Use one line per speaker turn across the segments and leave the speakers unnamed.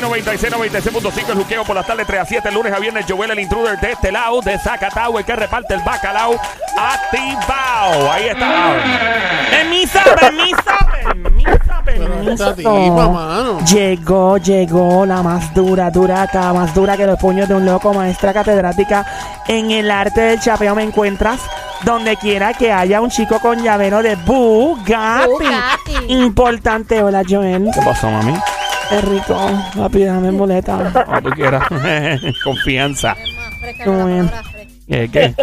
96, 96.5 el juqueo por la tarde 3 a 7, el lunes a viernes, Joel el intruder de este lado, de Zacatau, el que reparte el bacalao, activao. Ahí está. Permisa, permisa, permisa,
Pero
permisa.
esta tipa, mano.
Llegó, llegó la más dura, duraca, más dura que los puños de un loco, maestra catedrática en el arte del chapeo. Me encuentras donde quiera que haya un chico con llavero de Bugatti.
Bugatti.
Importante, hola Joel.
¿Qué pasó, mami?
Qué rico, papi, dame boleta.
Cuando tú quieras. Confianza.
Es más fresca que la palabra fresca.
Eh, ¿Qué?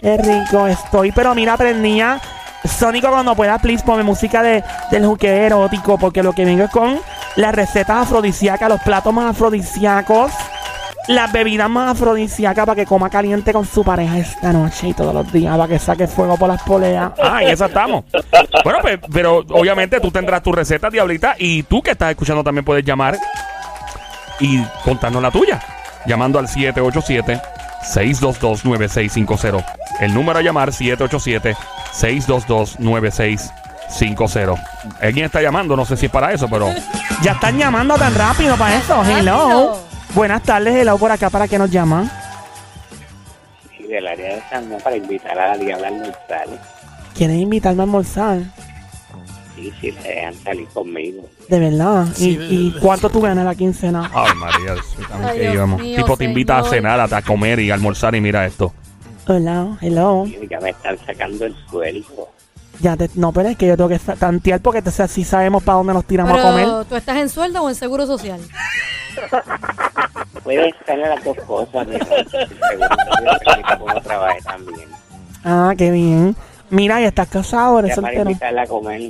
Qué rico estoy, pero mira, aprendía. Sónico, cuando puedas, please, ponme música de, del juqueo erótico, porque lo que vengo es con las recetas afrodisíacas, los platos más afrodisíacos, las bebidas más afrodisíacas para que coma caliente con su pareja esta noche y todos los días, para que saque fuego por las poleas.
Ah, en esa estamos. Bueno, pues, pero obviamente tú tendrás tu receta, Diablita, y tú que estás escuchando también puedes llamar y contarnos la tuya. Llamando al 787-622-9650. El número a llamar, 787-622-9650. ¿Alguien está llamando? No sé si es para eso, pero...
Ya están llamando tan rápido para eso.
Rápido.
Hello. Buenas tardes, hello por acá, ¿para qué nos llaman?
Sí, del área de San Juan para invitar a la diabla al neutral.
¿Quieren invitarme a almorzar?
Sí, sí, la dejan salir conmigo.
De verdad. ¿Y,
Sí,
y cuánto tú ganas la quincena?
Ay, María, eso también
Ay,
que
Dios
íbamos.
mío,
Tipo, te invita a
señor.
cenar, hasta a comer y a almorzar y mira esto.
Hola, hello.
Y ya me están sacando el sueldo.
Ya te- no, pero es que yo tengo que sa- tantear porque entonces así sabemos para dónde nos tiramos a comer.
Pero, ¿tú estás en sueldo o en seguro social?
Puede estar en las dos cosas, mi amor. Seguro que voy a cómo trabaje también.
Ah, qué bien. Mira, y estás casado, eres
Ya para
soltero.
invitarla a comer.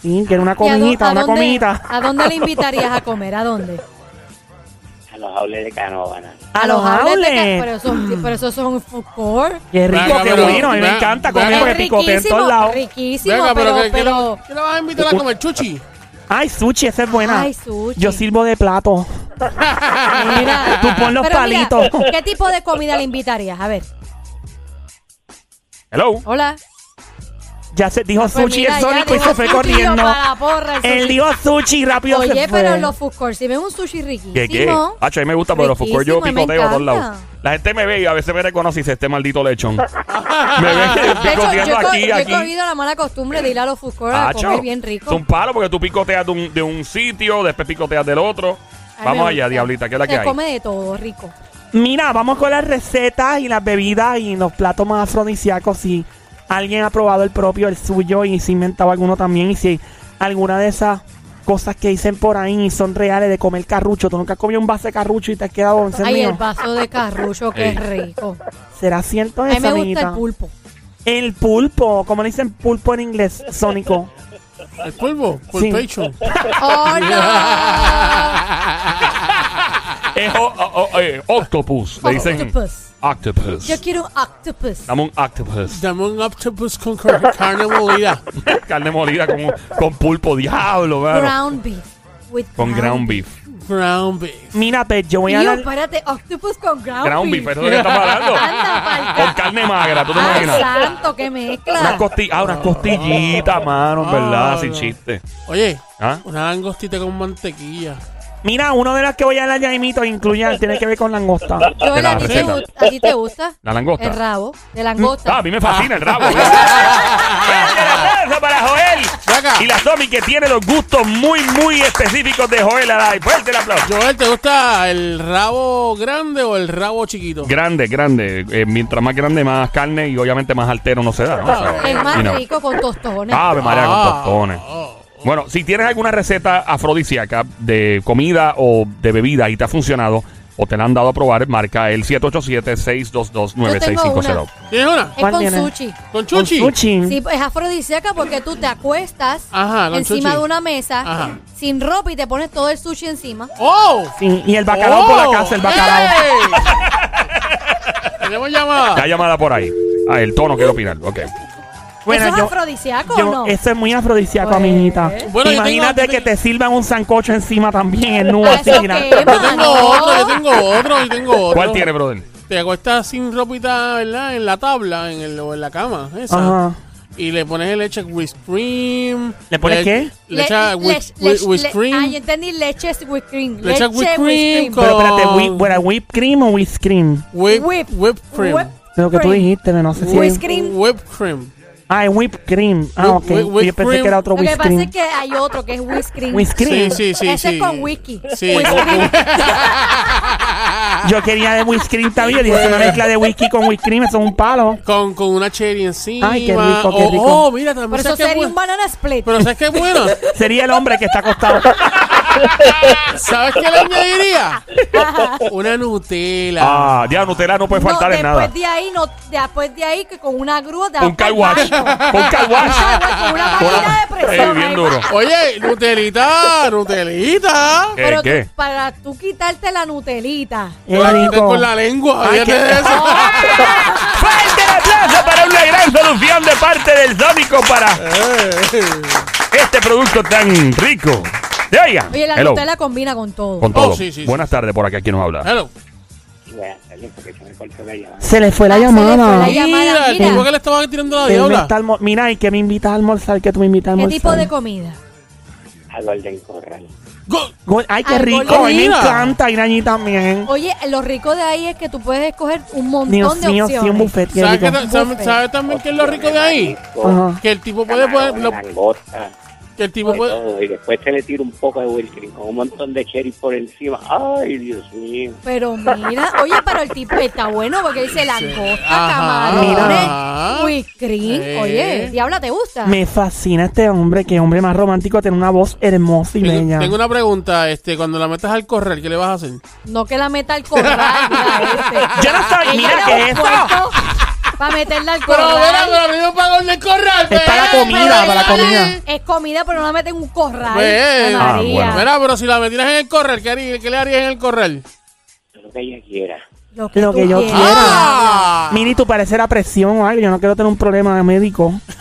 Sí, quiero una
¿Y a dó-
comidita,
a
una
dónde-
comidita.
¿A dónde le invitarías a comer? ¿A dónde?
A los aules de Canóvana.
A los
outlets de ca- Pero
outlets.
eso, pero eso son food court.
Qué rico,
Venga,
qué
pero-
bueno. A mí me
venga,
encanta
venga.
comer porque
Es
picotea en todos
riquísimo,
lados.
riquísimo,
Venga,
pero,
pero, ¿qué, qué
pero-
la- qué la vas a invitar a comer, Chuchi?
Ay, sushi, esa es buena.
Ay, sushi.
Yo sirvo de plato.
Ah.
mira.
Tú pon los
Pero mira,
palitos.
¿Qué tipo de comida le invitarías? A ver,
Hello.
hola.
Ya se dijo
Pues
sushi
mira,
el
ya
Sónico y
dijo
se fue
sushi,
corriendo.
yo para la porra, el
Él
sushi.
dijo sushi rápido
Oye,
se fue.
pero en los food court, si ven un sushi riquísimo.
¿Qué, qué? Hacho, a mí me gusta, pero los yo
Riquísimo, me
picoteo a todos
encanta.
lados. La gente me ve y a veces me reconoce y dice, este maldito lechón. me ve
De hecho, yo,
picoteando
he co-
aquí,
yo he
aquí.
cogido la mala costumbre de ir a los food court a
Hacho,
comer bien
Es
rico.
un palo porque tú picoteas de un, de un sitio, después picoteas del otro.
Ay,
Vamos
Ah, me
allá,
gusta.
diablita, ¿qué es la que
Se
hay?
come de todo, rico.
Mira, vamos con las recetas y las bebidas y los platos más afrodisíacos. Si alguien ha probado el propio, el suyo, y si inventado alguno también, y si alguna de esas cosas que dicen por ahí son reales de comer carrucho, tú nunca has comido un vaso de carrucho y te has quedado
Ay, el
encendido.
vaso de carrucho, que
Ey.
es rico.
¿Será cierto
A mí
eso,
me gusta el
amiguita?
pulpo.
El pulpo, como le dicen pulpo en inglés, sónico.
¿El polvo? ¿Por
Sí.
pecho?
¡Oh, no!
Es o- o- o- eh, octopus, le dicen.
Octopus.
Octopus.
Yo quiero un octopus.
Dame un octopus.
Dame un octopus con car- carne molida.
Carne molida con, con pulpo, diablo, mano.
Ground beef. With
Con ground beef.
Ground beef.
Mira, pues yo voy a
Ew,
dar-
espérate, octopus con ground,
Ground beef,
beef.
¿eso es lo que estás
Anda, Ah,
hablando?
falta.
Con carne magra, ¿tú te
¡Ay,
imaginas?
santo, qué mezcla!
Unas costi- ah, unas costillitas, mano, en verdad,
Ah,
sin
no.
chiste.
Oye,
¿Ah?
una langostita con mantequilla.
Mira, uno de los que voy a dar Yaimito incluye, tiene que ver con langosta.
Yo,
de la
¿a, ti te
receta.
gust- a ti te gusta?
La langosta.
El Ah. rabo de
Ah,
langosta.
a mí me fascina el rabo. Gracias, aplauso para Joel
Venga.
y la Somi que tiene los gustos muy, muy específicos de Joel Adai. Fuerte el aplauso.
Joel, ¿te gusta el rabo grande o el rabo chiquito?
Grande, grande. Eh, mientras más grande, más carne y obviamente más altero no se da. ¿no? O sea,
Es más
you know.
rico con tostones.
Ave María con
Ah.
tostones. Bueno, si tienes alguna receta afrodisíaca de comida o de bebida y te ha funcionado o te la han dado a probar, marca el
Yo tengo
787-622-9650.
una.
¿Tienes una?
Es
¿Cuál
con
tiene?
sushi.
¿Con
Con
chuchi?
sushi.
Sí, es afrodisíaca porque tú te acuestas
Ajá, con
encima
sushi.
de una mesa
Ajá.
sin ropa y te pones todo el sushi encima.
¡Oh!
Sí, y el bacalao por la
Oh,
casa, el bacalao.
Ah,
ey. Tenemos llamada.
La llamada por ahí. Ah, el tono, quiero opinar. Ok.
¿Eso es
yo-
afrodisíaco
yo-
o no?
Eso es muy afrodisíaco,
Pues.
amiguita.
Bueno, yo
Imagínate
tengo-
que te sirvan un sancocho encima también, el nudo
Ah,
así,
eso
mira.
qué,
Yo tengo
mano.
otro, yo tengo otro, yo tengo otro.
¿Cuál tiene, brother?
Te acuestas sin ropita, ¿verdad? En la tabla, en, el, o en la cama. Esa.
Ajá.
y le pones leche whipped cream.
¿Le pones qué?
Le echas whipped
lech-
whipped
le- Ah, yo
cream.
entendí leches with cream.
Le echas whipped cream
Pero espérate,
con-
whip, ¿era whipped cream o whipped cream?
Whip,
Whip.
whipped cream.
Whip.
Lo que tú
Cream.
dijiste, no sé si
Whipped
es-
cream.
Whipped cream.
Ah, es whipped cream. Ah,
Whip-
ok.
whip- whipped
Yo pensé
cream.
que era otro
Lo que
whipped
pasa
cream.
es que hay otro que es whipped cream.
Whipped cream.
Sí, sí, sí.
Ese
sí.
es con whisky.
Sí.
Whipped cream.
Yo quería de whipped cream también. Yo dije, es una
Pues.
mezcla de whisky con whipped cream, eso es un palo.
Con, con una cherry encima.
Ay, qué rico, qué
O-
rico.
Oh, mira, también
Por eso
sabes qué
sería
bueno.
un banana split.
Pero ¿sabes qué es bueno?
Sería el hombre que está acostado.
¿Sabes qué le añadiría? Una Nutella.
Ah, ya Nutella no puede faltar
no,
en
después
nada.
de ahí, no, después de ahí, que con una grúa te
Un
vas
car
pa'l
wash.
baño.
Un car wash.
Un car wash con una máquina de presión
Eh, bien
ahí.
duro.
Oye, Nutelita, Nutelita.
Eh,
Pero tú-
¿Qué?
para tú quitarte la nutelita.
Es rico.
Con la lengua,
Ay,
fíjate
qué-
de eso.
¡Fuerte el aplauso para una gran solución de parte del Sónico para este producto tan rico! ¡Te oiga!
Oye, la
Hello.
Nutella combina con todo.
Con todo.
Oh, sí, sí,
Buenas tardes por aquí, aquí nos habla.
Claro.
Bueno, salió porque se me cortó la llamada.
Se le fue la
Ah, se le fue la llamada.
llamada.
Mira, el
mira.
tipo que le estaba tirando la
Él me
diabla.
está almo- Mira, ¿y que me invitas a almorzar? que tú me invitas a
¿Qué
almorzar?
tipo de comida?
A Golden Corral.
Go-
Go- Ay, qué
Al
rico.
golden.
A mí me
Mira.
encanta ir allí también.
Oye, lo rico de ahí es que tú puedes escoger un montón
Dios
de
mío, sí,
opciones.
un buffet. qué
¿Sabes, qué
rico.
ta-
Buffet.
sab- sabes también qué es lo rico de ahí?
Ajá.
Que el tipo puede poner...
Camarones,
lo-
langosta,
que el tipo
de
puede...
todo. Y después se le tira un poco de whipped cream con un montón de cherry por encima. Ay, Dios mío.
Pero mira, oye, pero el tipo está bueno porque dice langosta,
Ajá.
camarones,
Mira.
whipped cream.
Eh.
Oye, diabla, ¿te gusta?
Me fascina este hombre, que hombre más romántico, tiene una voz hermosa y
Tengo,
bella.
tengo una pregunta, este, cuando la metas al correr, ¿qué le vas a hacer?
No que la meta al corral. este.
Yo no sabía, mira, ¿qué es eso?
Para meterla al
Pero mira,
corral.
pero a mí no pago el corral. pues,
Es para
ve,
comida,
pero
para
ahí-
comida.
Es comida, pero no la meten en un corral.
Ve.
Ana
Ah,
María.
bueno.
Pues, Mira, pero si la metieras en el corral, ¿qué, harí- qué le harías en el corral?
Lo que ella quiera.
Lo que,
Lo
tú
que yo
quieras.
quiera.
Ah.
Mira, y tu parecer a presión o algo. Yo no quiero tener un problema médico.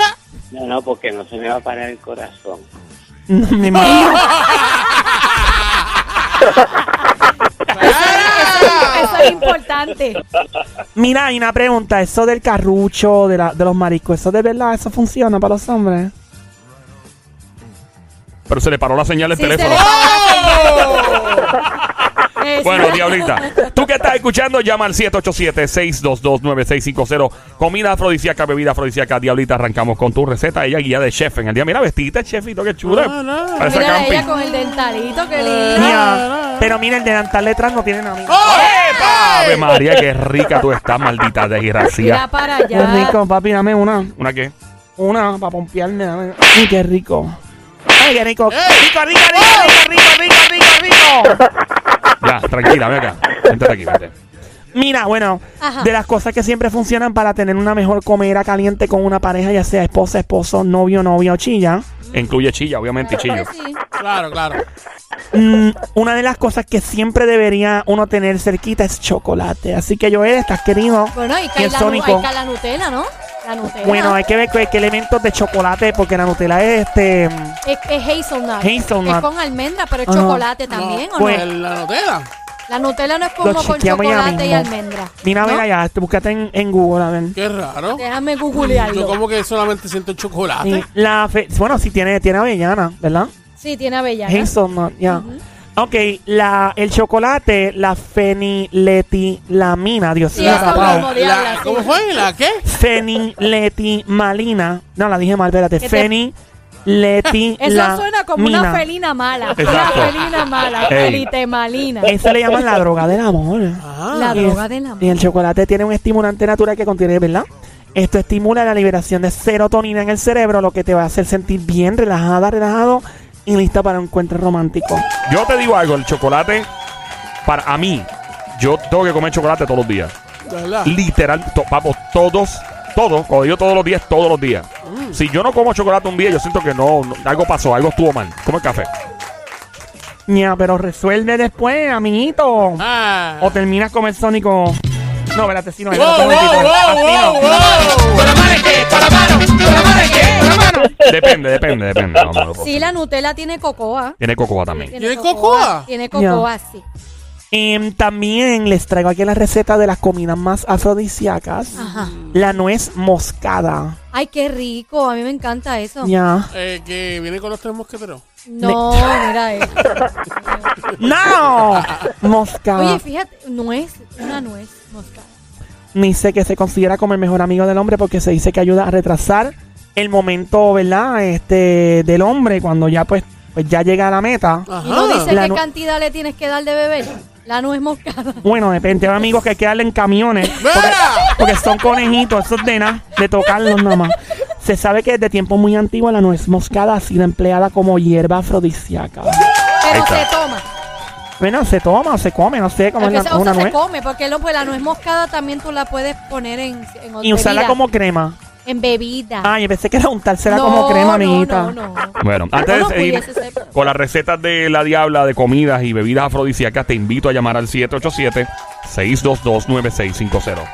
No, no, porque no se me va a parar el corazón.
Me imagino.
Eso es importante.
Ah.
Mira, hay una pregunta. Eso del carrucho, de, la- de los mariscos, ¿eso de verdad, eso funciona para los hombres?
Pero se le paró la señal del
Sí,
teléfono.
se
¡Oh!
le-
Bueno,
Eso.
Diablita, tú que estás escuchando, llama al 787-622-9650. Comida afrodisíaca, bebida afrodisíaca. Diablita, arrancamos con tu receta. Ella guía de chef en el día. Mira, vestita, chefito, qué chula.
Ah, no.
Parece
Mira a
camping.
ella con el dentalito, qué
Ah.
linda.
Mira, pero mira, el delantal detrás no tiene
¡Oh!
nada.
Ave María, qué rica tú estás, maldita
Mira
desgracia.
para
Qué
allá.
rico, papi, dame una.
¿Una qué?
Una para pompearme. dame. Ay, qué rico. Ay, qué rico. Rico, rico, rico, rico, rico, rico, rico, rico.
Ya, tranquila, ven acá. Siéntate aquí, vete.
Mira, bueno,
Ajá.
de las cosas que siempre funcionan para tener una mejor comida caliente con una pareja, ya sea esposa, esposo, novio, novia o chilla.
Incluye chilla, obviamente, y chillo.
Sí.
Claro, claro.
Mm, una de las cosas que siempre debería uno tener cerquita es chocolate. Así que Joel, estás querido.
Bueno, y
Y
cae
el
la, nu-
sónico.
ahí cae la Nutella, ¿no? La Nutella.
Bueno, hay que ver qué, qué elementos de chocolate, porque la Nutella es este. mm,
es, es hazelnut. Es
Hazelnut.
con almendra, pero es
Ajá.
chocolate también, ¿o
Pues-
no?
En la Nutella.
La Nutella no es
Lo
como con
chequeamos ya
chocolate y
mismo.
almendra.
Mira,
¿no?
mira ya, te- búscate en, en Google, a ver.
Qué raro.
Déjame
Yo
googlearlo.
como que solamente siento
Sí,
chocolate.
Ah, la fe- bueno, sí tiene, tiene avellana, ¿verdad?
Sí, tiene avellana.
Hazelnut, ya. Ok, la, el chocolate, la feniletilamina, Dios
Sí,
mío,
esa
papá.
como de habla, sí.
¿Cómo fue? ¿La qué?
Feniletimalina. No, la dije mal, espérate.
¿Qué te- Eso
Feniletilamina.
suena como una felina mala.
Exacto.
Una felina mala.
Ey.
Felitemalina.
Eso le llaman la droga del amor.
La
Ah,
droga del
Y
amor.
el chocolate tiene un estimulante natural que contiene, ¿verdad? Esto estimula la liberación de serotonina en el cerebro, lo que te va a hacer sentir bien, relajada, relajado y lista para un encuentro romántico.
Yo te digo algo, el chocolate, para a mí, yo tengo que comer chocolate todos los días.
de verdad.
Literal, to- vamos, todos, todos, cuando digo todos los días, todos los días. Si yo no como chocolate un día, yo siento que no, no- algo pasó, algo estuvo mal. Como el café.
Ya, pero resuelve después, amiguito.
Ah.
O terminas con el sónico. No, espérate, si Oh, no.
Wow, wow, wow, wow, wow.
Depende, depende, depende. No, no, no.
Sí, la Nutella tiene cocoa.
Tiene cocoa también.
¿Tiene cocoa?
Tiene cocoa, sí.
Em, también les traigo aquí la receta de las comidas más afrodisíacas.
Ajá.
La nuez moscada.
Ay, qué rico. A mí me encanta eso.
Ya.
Eh, que viene con los tres mosqueteros.
No, mira eso.
¡No!
Oye,
Moscada.
fíjate, nuez, una nuez moscada.
Dice que se considera como el mejor amigo del hombre porque se dice que ayuda a retrasar el momento, ¿verdad? Este, del hombre cuando ya pues, pues ya llega a la meta.
Ajá.
Y no dice
La
qué
nue-
cantidad le tienes que dar de beber. La nuez moscada.
Bueno, depende de amigos que quedan en camiones.
¡Vera!
Porque son conejitos, esos de nada, de tocarlos nada más. Se sabe que desde tiempos muy antiguos la nuez moscada ha sido empleada como hierba afrodisíaca.
Pero
está.
se toma.
Bueno, se toma o se come, no sé cómo es
Porque
la,
se, o
una
sea, se
nuez.
come, porque no, pues la nuez moscada también tú la puedes poner en, en
Y usarla
bebida,
como crema.
en bebida.
Ay, pensé que era untársela
No,
como crema,
no,
amiguita.
No, no,
Bueno, antes
Bueno,
de seguir
pudiese ser.
con las recetas de la diabla de comidas y bebidas afrodisíacas, te invito a llamar al 787-622-9650.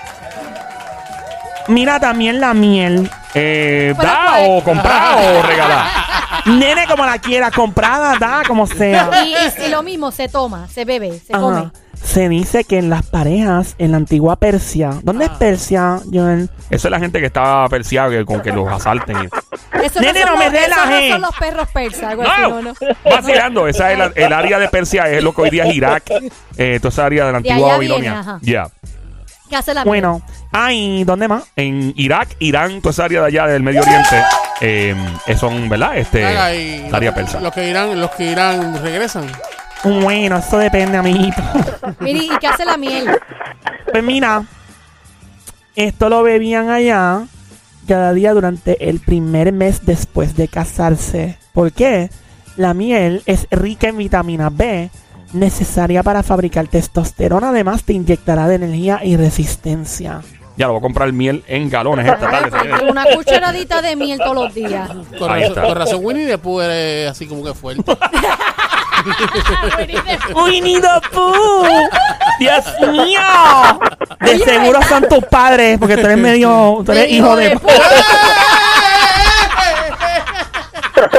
Mira también la miel.
Eh,
Bueno,
¿Da
pues.
o comprar o regalar?
Nene, como la quiera, comprada, da, como sea.
Y, y- y lo mismo, se toma, se bebe, se
Ajá.
come.
Se dice que en las parejas, en la antigua Persia. ¿Dónde
Ah.
es Persia, Joel?
Esa es la gente que está persiada que- con que los asalten. y-
Pues Eso
Nene,
son
no me
los- esos
relajes.
no son los perros persas, algo así, no, no.
¡No! Vacilando. Esa es la- el área de Persia, es lo que hoy día es Irak. Eh, toda esa área de la
De
antigua
allá viene,
Babilonia.
ajá.
Ya.
¿Qué hace la miel?
Bueno, ay, ¿dónde más?
En Irak, Irán, toda esa área de allá del Medio Oriente, eh, eh, son, ¿verdad? Este,
Haga y-
la área persa.
Los que irán, los que irán regresan.
Bueno, eso depende, amiguito.
Mire, ¿y qué hace la miel?
pues mira, esto lo bebían allá cada día durante el primer mes después de casarse. ¿Por qué? La miel es rica en vitamina B, necesaria para fabricar testosterona. Además, te inyectará de energía y resistencia.
Ya lo voy a comprar miel en galones esta tarde. señores.
Una cucharadita de miel todos los días.
Con,
Ahí
razón,
está.
con razón Winnie the Pooh eres así como que fuerte.
Winnie the Pooh. Dios mío. De
Oye,
seguro
¿verdad?
son tus padres, porque tú eres medio. Tú eres hijo de.
puta.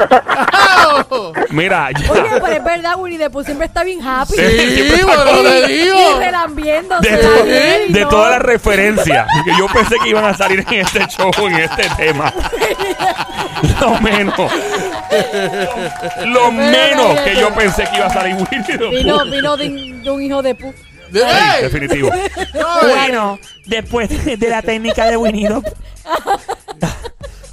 ¡Au!
Mira, ya.
Oye, pues, pero es verdad, Winnie the Pooh siempre está bien happy.
Sí, siempre
sí,
está
bueno,
con-
le
Y, y
digo.
relambiéndose.
de,
la
to-
miel,
de
no.
todas las referencias que yo pensé que iban a salir en este show, en este tema. Lo menos. Lo menos que yo pensé que iba a salir Winnie the Pooh.
Vino, vino de, un- de un hijo de pu.
De-
Sí,
¡Ey!
definitivo.
No, eh,
Bueno, después de la técnica de Winnie the Pooh.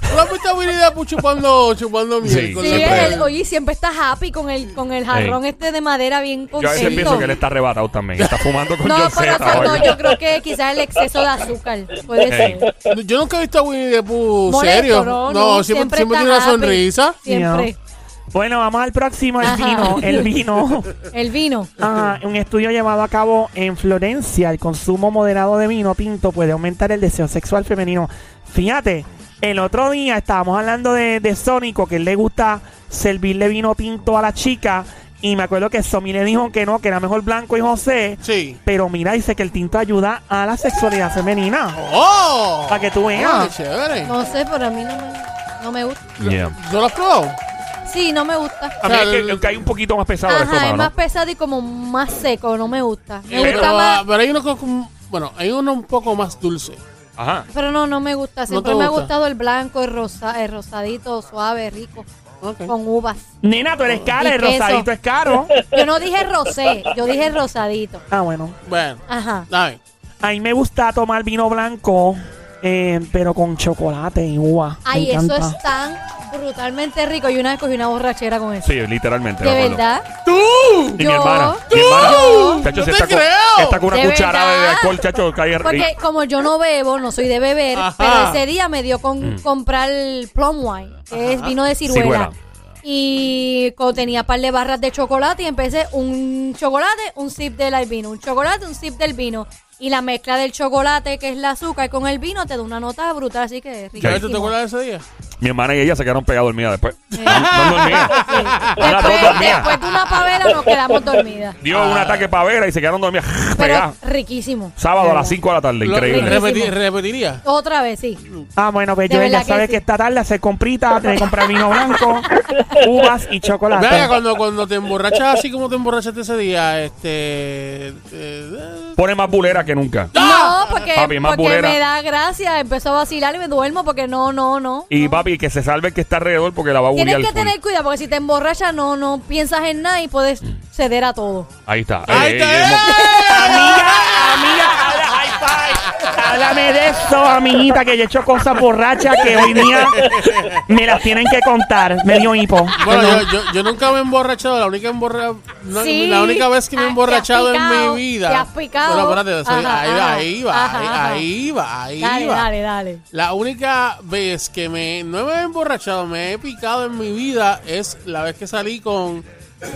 ¿Tú has visto a Winnie the Pooh chupando, chupando miel?
Sí.
con
Sí,
la-
siempre.
el, oye, siempre está happy con el, con el jarrón este de madera bien
Yo a veces pienso
contento.
que él está arrebatado también. Está fumando con
No,
John
por
Z.
eso
o
no,
algo.
yo creo que quizás el exceso de azúcar puede
Ey.
ser.
Yo nunca he visto a Winnie the Pooh
Molesto,
serio.
no, no,
siempre,
siempre
siempre
está
tiene una
happy.
sonrisa.
Siempre.
Bueno, vamos al próximo, el
Ajá.
vino. El vino.
El vino.
Ah, un estudio llevado a cabo en Florencia, el consumo moderado de vino tinto puede aumentar el deseo sexual femenino. Fíjate, el otro día estábamos hablando de, de Sónico, que él le gusta servirle vino tinto a la chica. Y me acuerdo que Somi le dijo que no, que era mejor blanco y José.
Sí.
Pero mira, dice que el tinto ayuda a la sexualidad femenina.
¡Oh!
Para que tú veas.
Ah, qué chévere.
No sé, pero a mí no me, no me gusta.
Yeah.
¿Yo lo has probado?
Sí, no me gusta.
A mí es que, que hay un poquito más pesado de
Ajá, es
estómago,
más
¿no?
pesado y como más seco, no me gusta. Me
pero,
gusta
ah,
más,
pero hay uno con- con- bueno, hay uno un poco más dulce.
Ajá.
pero no, no me gusta.
te
Siempre me ha
gusta?
gustado el blanco, el, rosa, el rosadito, suave, rico,
Ok.
con uvas.
Nena, tú eres cara,
Y
el
queso.
rosadito es caro.
Yo no dije rosé, yo dije rosadito.
Ah, bueno.
Bueno,
Ajá.
dame.
A mí me gusta tomar vino blanco, eh, pero con chocolate y uva. Me
Ay, eso
encanta.
es tan brutalmente rico. Yo una vez cogí una borrachera con eso.
Sí, literalmente. me
de
acuerdo.
verdad.
¡Tú!
Y mi
Yo-
hermana.
¡Tú!
Mi hermana.
Yo-
Chacho,
¡No
si
te
está, con,
creo!
está con una
De
cucharada de
verdad.
alcohol, chacho. Cae,
Porque como yo no bebo, no soy de beber,
Ajá.
pero ese día me dio con comprar el plum wine, que es vino de ciruela.
Mm. Ciruela.
Y co- tenía par de barras de chocolate y empecé un chocolate, un sip del vino, un chocolate, un sip del vino. Y la mezcla del chocolate, que es el azúcar, con el vino, te da una nota brutal, así que es
Ya,
¿Sabes
riquísimo.
tú te acuerdas de ese día?
Mi hermana y ella se quedaron pegadas dormidas después.
Sí.
No, no dormían. Ahora
Después,
dos dormían.
después de una pavera nos quedamos dormidas.
Dio
Ah.
un ataque pavera y se quedaron dormidas.
Pero
Pegadas.
riquísimo.
Sábado a las 5 de la tarde,
Lo-
increíble.
Riquísimo.
repeti- repetiría.
Otra vez, sí.
Ah, bueno, pues
De
Joel, ya
verdad que
sabes
sí.
que esta tarde hacer comprita, tiene que comprar vino blanco, uvas y chocolate.
Venga, cuando, cuando te emborrachas así como te emborrachaste ese día, este. eh,
Pone más bulera que nunca.
No, porque,
¡Ah! Papi, más
porque
bulera.
me da gracia. Empezó a vacilar y me duermo porque no, no, no.
Y papi, que se salve el que está alrededor porque la va a
Tienes
bullear.
que
full. Mm.
tener cuidado porque si te emborrachas no, no piensas en nada y puedes ceder a todo.
Ahí está.
¡Ahí
Ey,
está!
¡eh!
ey, ey,
Amiga, amiga, habla- ay, pai, háblame de eso, amiguita, que yo he hecho cosas borrachas que hoy día me las tienen que contar. Me dio hipo.
Bueno, yo, yo, yo nunca me he emborrachado. La única, emborra... no,
Sí.
la única vez que me he
Ah, te has
emborrachado
picado,
en mi vida.
te has picado.
Bueno, espérate, soy-
Ajá,
ahí, va,
ajá.
ahí va,
Ajá,
ahí,
ajá.
ahí va, ahí
Dale,
va.
dale, dale.
La única vez que me, no me he emborrachado, me he picado en mi vida es la vez que salí con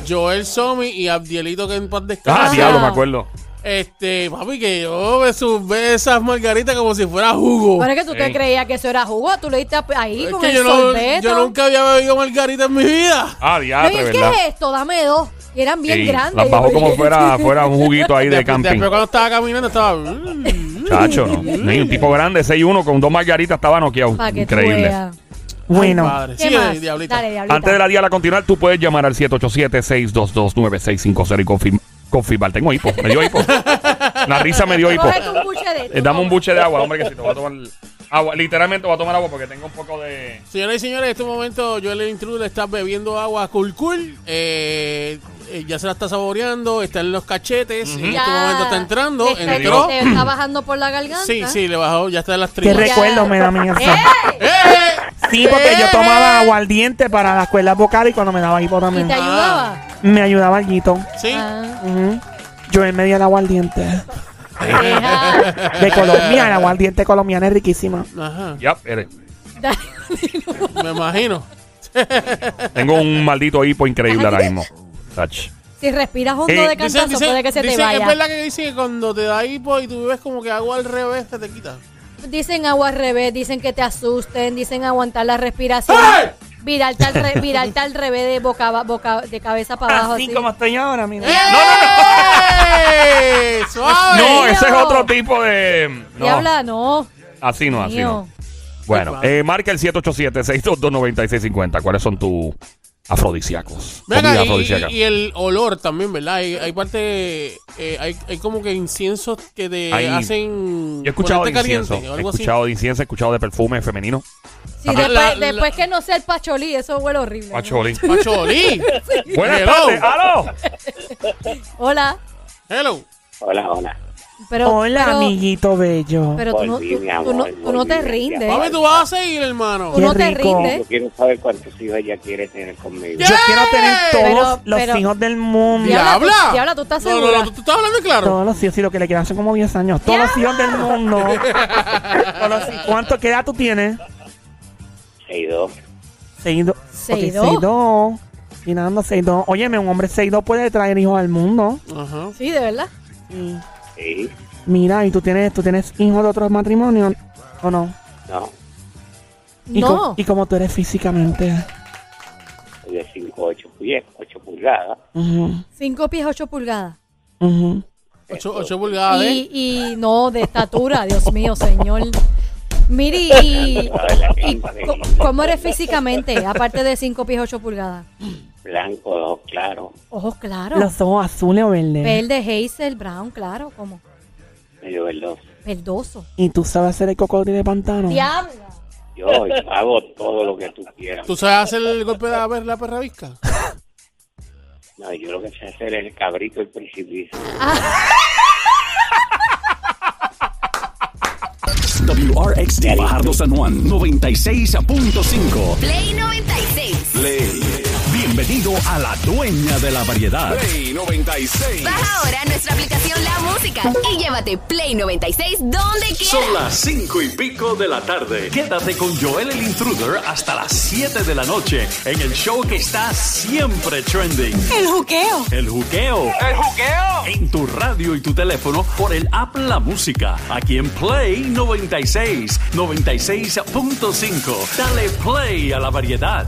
Joel Somi y Abdielito que en paz
Ah,
descanse.
Ajá.
diablo, me acuerdo.
Este, papi, que yo me subí esas margaritas como si fuera jugo.
Bueno, es que tú
Sí.
te creías que eso era jugo. Tú le diste a- ahí
Es
con
que
el
yo, no-
sorbeto.
yo nunca había bebido margarita en mi vida.
Ah,
No,
diablo,
y es, ¿qué
¿verdad?
es esto? Dame dos. Y eran bien
Sí,
grandes.
Las
Yo
bajó
me-
como fuera, fuera un juguito ahí de
Después-
camping.
Después cuando estaba caminando estaba... mm.
Chacho, no. No hay un tipo grande, 6'1, con dos margaritas estaba noqueado.
Pa' que tú
Increíble.
veas.
Bueno,
Padre.
¿Qué
Sigue,
más?
diablita.
Dale, diablita.
Antes de la diala continuar, tú puedes llamar al 787-622-9650 y confirmar. Confirmar, tengo hipo, me dio hipo. La risa me dio hipo.
Cógete un buche de esto,
Eh, Dame un
toma.
buche de agua, hombre, que si te voy a tomar agua. Literalmente voy a tomar agua porque tengo un poco de.
Señoras y señores, en este momento Joel el Intruder está bebiendo agua cool cool. eh, eh, ya se la está saboreando, está en los cachetes. En
Ya.
este momento está entrando.
Te está-
entró.
te está bajando por la garganta.
Sí, sí, le bajó, ya está en las
qué
tripas.
rico.
recuerdo me da a mí eso.
¡Eh!
¡Eh!
Sí, porque yo
¡Eh!
tomaba aguardiente para las cuerdas vocales y cuando me daba hipo
¿Y
también.
te ayudaba?
Me ayudaba el guito.
Ah, Sí.
Ah.
Ujú. Yo en medio el aguardiente.
Deja.
De Colombia, el aguardiente colombiano es riquísima.
Ajá,
Ya, eres.
Dale.
me imagino.
Tengo un maldito hipo increíble ahora mismo. Tach.
Si respiras hondo
Eh,
de cantazo, puede que se te
dicen-
vaya.
es verdad que dicen que cuando te da hipo y tú bebes como que agua al revés, se te quita.
Dicen agua al revés, dicen que te asusten, dicen aguantar la respiración. Virarte al, re- virarte al revés de, boca, aba- boca- de cabeza para abajo.
Así como estoy ahora, mira.
¡Eh! ¡Suave!
No,
Dios.
ese es otro tipo de.
Y
No,
habla, no.
así no, así no.
Mío.
Bueno,
Ay,
eh, marca el 787-622-9650. ¿Cuáles son tus afrodisíacos? Comida
Venga, y,
afrodisíaca.
y- y el olor también, ¿verdad? Hay, hay parte, eh, hay, hay como que inciensos que te
Hay-
hacen
Yo he escuchado de
ponerte
incienso.
o
He
algo así.
escuchado de incienso, he escuchado de perfume femenino.
Sí,
Ajá.
después,
La- la-
después que no sea el pacholí, eso huele horrible. ¿no?
Pacholi.
¡Pacholí!
Buenas
Hello.
tardes, aló.
Hola.
Hello.
Hola, hola.
Pero,
Hola,
pero,
amiguito bello.
Pero tú no,
Volví,
tú-
mi
tú
amor,
no, tú no
volví,
te
mi
rindes.
amor.
Mami, tú vas a seguir, hermano.
Tú no te
rico.
Yo
rindes.
quiero saber cuántos hijos ella quiere tener conmigo.
Yo quiero tener todos
Pero-
los
pero-
hijos del mundo.
Ya. Diabla,
¡Diabla!
tú- Diabla, tú estás
No, No,
segura.
no, tú, tú estás hablando claro.
Todos los hijos, y lo que le quedan son como 10 años. Todos los hijos del mundo. Todos los hijos. ¿Cuánto, qué edad tú tienes?
Seis, dos.
6'2.
Seis,
6'2. Mirando 6'2. Óyeme, un hombre 6'2 puede traer hijos al mundo.
Ajá.
Sí, de verdad.
Y
Sí.
mira, ¿y tú tienes, tú tienes hijos de otros matrimonios o no?
No.
¿Y,
No.
co- y como tú eres físicamente.
Soy de cinco, ocho, pies, ocho pulgadas.
Ujú,
Cinco pies, ocho pulgadas.
ujú.
Ocho, ocho pulgadas, ¿eh?
Y, y no, de estatura, Dios mío, señor. Miri, y, y co- ¿cómo eres físicamente? Aparte de cinco pies, ocho pulgadas.
Blanco, dos, claro.
Ojos claros.
Los ojos azules o verdes.
Verde, hazel, brown, claro, como
Medio veloz.
verdoso.
¿Y tú sabes hacer el cocodrilo de pantano?
Diablo.
Yo hago todo lo que tú quieras.
¿Tú sabes hacer el golpe de la, per- la perra visca?
No, yo lo que sé hacer es el cabrito, el precipicio.
WRXD Fajardo San Juan 96.5
Play 96.
Play,
Bienvenido a la dueña de la variedad
Play 96.
Baja ahora nuestra aplicación La Música y llévate Play 96 donde
Son
quieras.
las cinco y pico de la tarde. Quédate con Joel el Intruder hasta las 7 de la noche en el show que está siempre trending.
El juqueo.
El juqueo. El juqueo. En tu radio y tu teléfono por el app La Música. Aquí en Play 96, 96.5. Dale play a la variedad.